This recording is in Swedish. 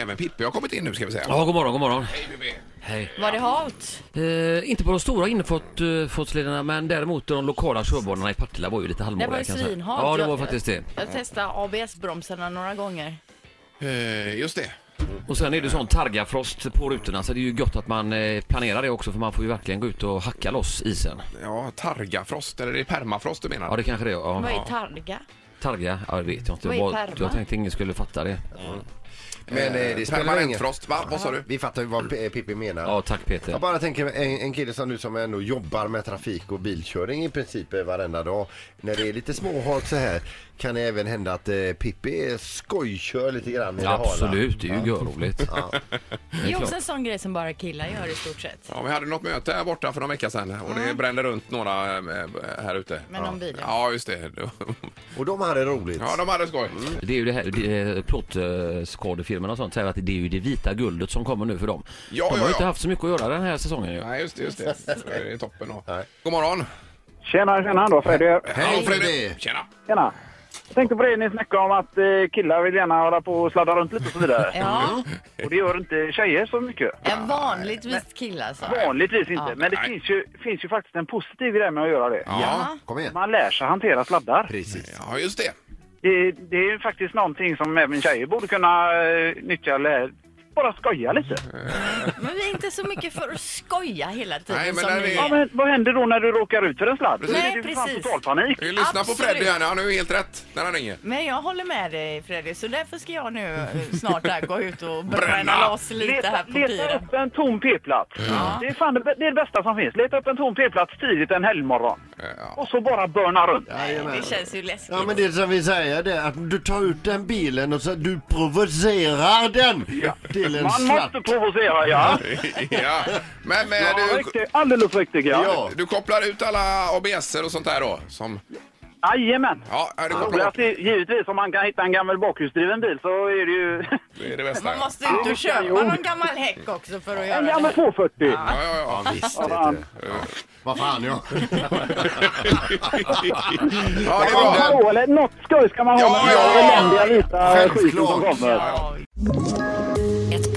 även Pippi har kommit in nu ska vi säga. Ja, god morgon, god morgon. Hej Pippi! Hej. Var det halt? Eh, inte på de stora innerfotsledarna, men däremot de lokala körbanorna i Partille var ju lite halvmåliga. Det var ju kan jag säga. svinhalt. Ja, det var Jag- faktiskt det. Jag testade ABS-bromsarna några gånger. Eh, just det. Och sen är det sån targafrost på rutorna, så det är ju gott att man eh, planerar det också, för man får ju verkligen gå ut och hacka loss isen. Ja, targafrost, eller är det permafrost du menar? Ja, det kanske det är. Ja. Vad är targa? Targa? Ja, det vet jag inte. Vad är Vad- perma? Jag tänkte ingen skulle fatta det. Men eh, det spelar Permanent ingen frost, va? Vad sa du? Vi fattar ju vad P- Pippi menar. Ja, tack Jag Peter. bara tänker en, en kille som du som ändå jobbar med trafik och bilkörning i princip eh, varenda dag. När det är lite småhalt så här kan det även hända att eh, Pippi skojkör lite grann i det hala. Absolut, det är ju görroligt. Det är klart. också en sån grej som bara killar gör i stort sett. Ja, vi hade något möte här borta för några veckor sedan och det brände runt några eh, här ute. Mm. Med någon bil, ja. Ja, just det. Och de hade roligt. Ja, de hade skoj. Det är ju det här, det, eh, plåtskadefirman och sånt säger att det är ju det vita guldet som kommer nu för dem. Ja, de har ja, ju inte ja. haft så mycket att göra den här säsongen ju. Nej, just det. Just det. det är toppen. Då. Nej. God morgon! Tjena, tjena då Freddy. Hallå, Fredrik. Freddy. Tjena! Tjena. Jag tänkte på det ni snackade om att eh, killar vill gärna hålla på och sladda runt lite och så vidare. Ja, Och det gör inte tjejer så mycket. en vanligtvis kille alltså. Vanligtvis inte, Ja. men det Nej. finns ju, finns ju faktiskt en positiv grej med att göra det. Ja, Kom igen. Man lär sig hantera sladdar. Precis. ja just det. Det, det är ju faktiskt någonting som även tjejer borde kunna eh, nyttja eller bara skoja lite. Men vi är inte så mycket för att skoja hela tiden Nej, men som där ni är- Ja, är. men vad händer då när du råkar ut för en sladd? Då Nej, är det ju fan precis. totalpanik. Vi lyssnar på Absolut. Freddy här nu. Han har ju helt rätt när han ringer. Men jag håller med dig Fredrik, så därför ska jag nu eh, snart här gå ut och bränna Bränna. loss lite här på leta piren. upp en tom p-plats. Det är fan det, det, är det bästa som finns. Leta upp en tom p-plats tidigt en helgmorgon. Ja. Och så bara börna runt. Det känns ju läskigt. Ja men det som vi säger det är att du tar ut den bilen och så du provocerar den till en Man slatt. måste provocera, ja. ja. Men, men ja du, riktigt, alldeles riktigt, ja. Ja, du kopplar ut alla abs och sånt där då? Som, Jajamän. ja, du kopplar Roligast bort. är Givetvis, om man kan hitta en gammal bakhjulsdriven bil så är det ju... Det är det bästa. Man Ja, måste ut och köpa någon gammal häck också för att En göra gammal det. 240. ja, ja. visst vet du. Vad fan ja. ja det är Ja, bra. hallå, eller något skoj ska man Ja, ha med ja, den ja. eländiga vita Självklart. skiten som kommer. Ja, Ett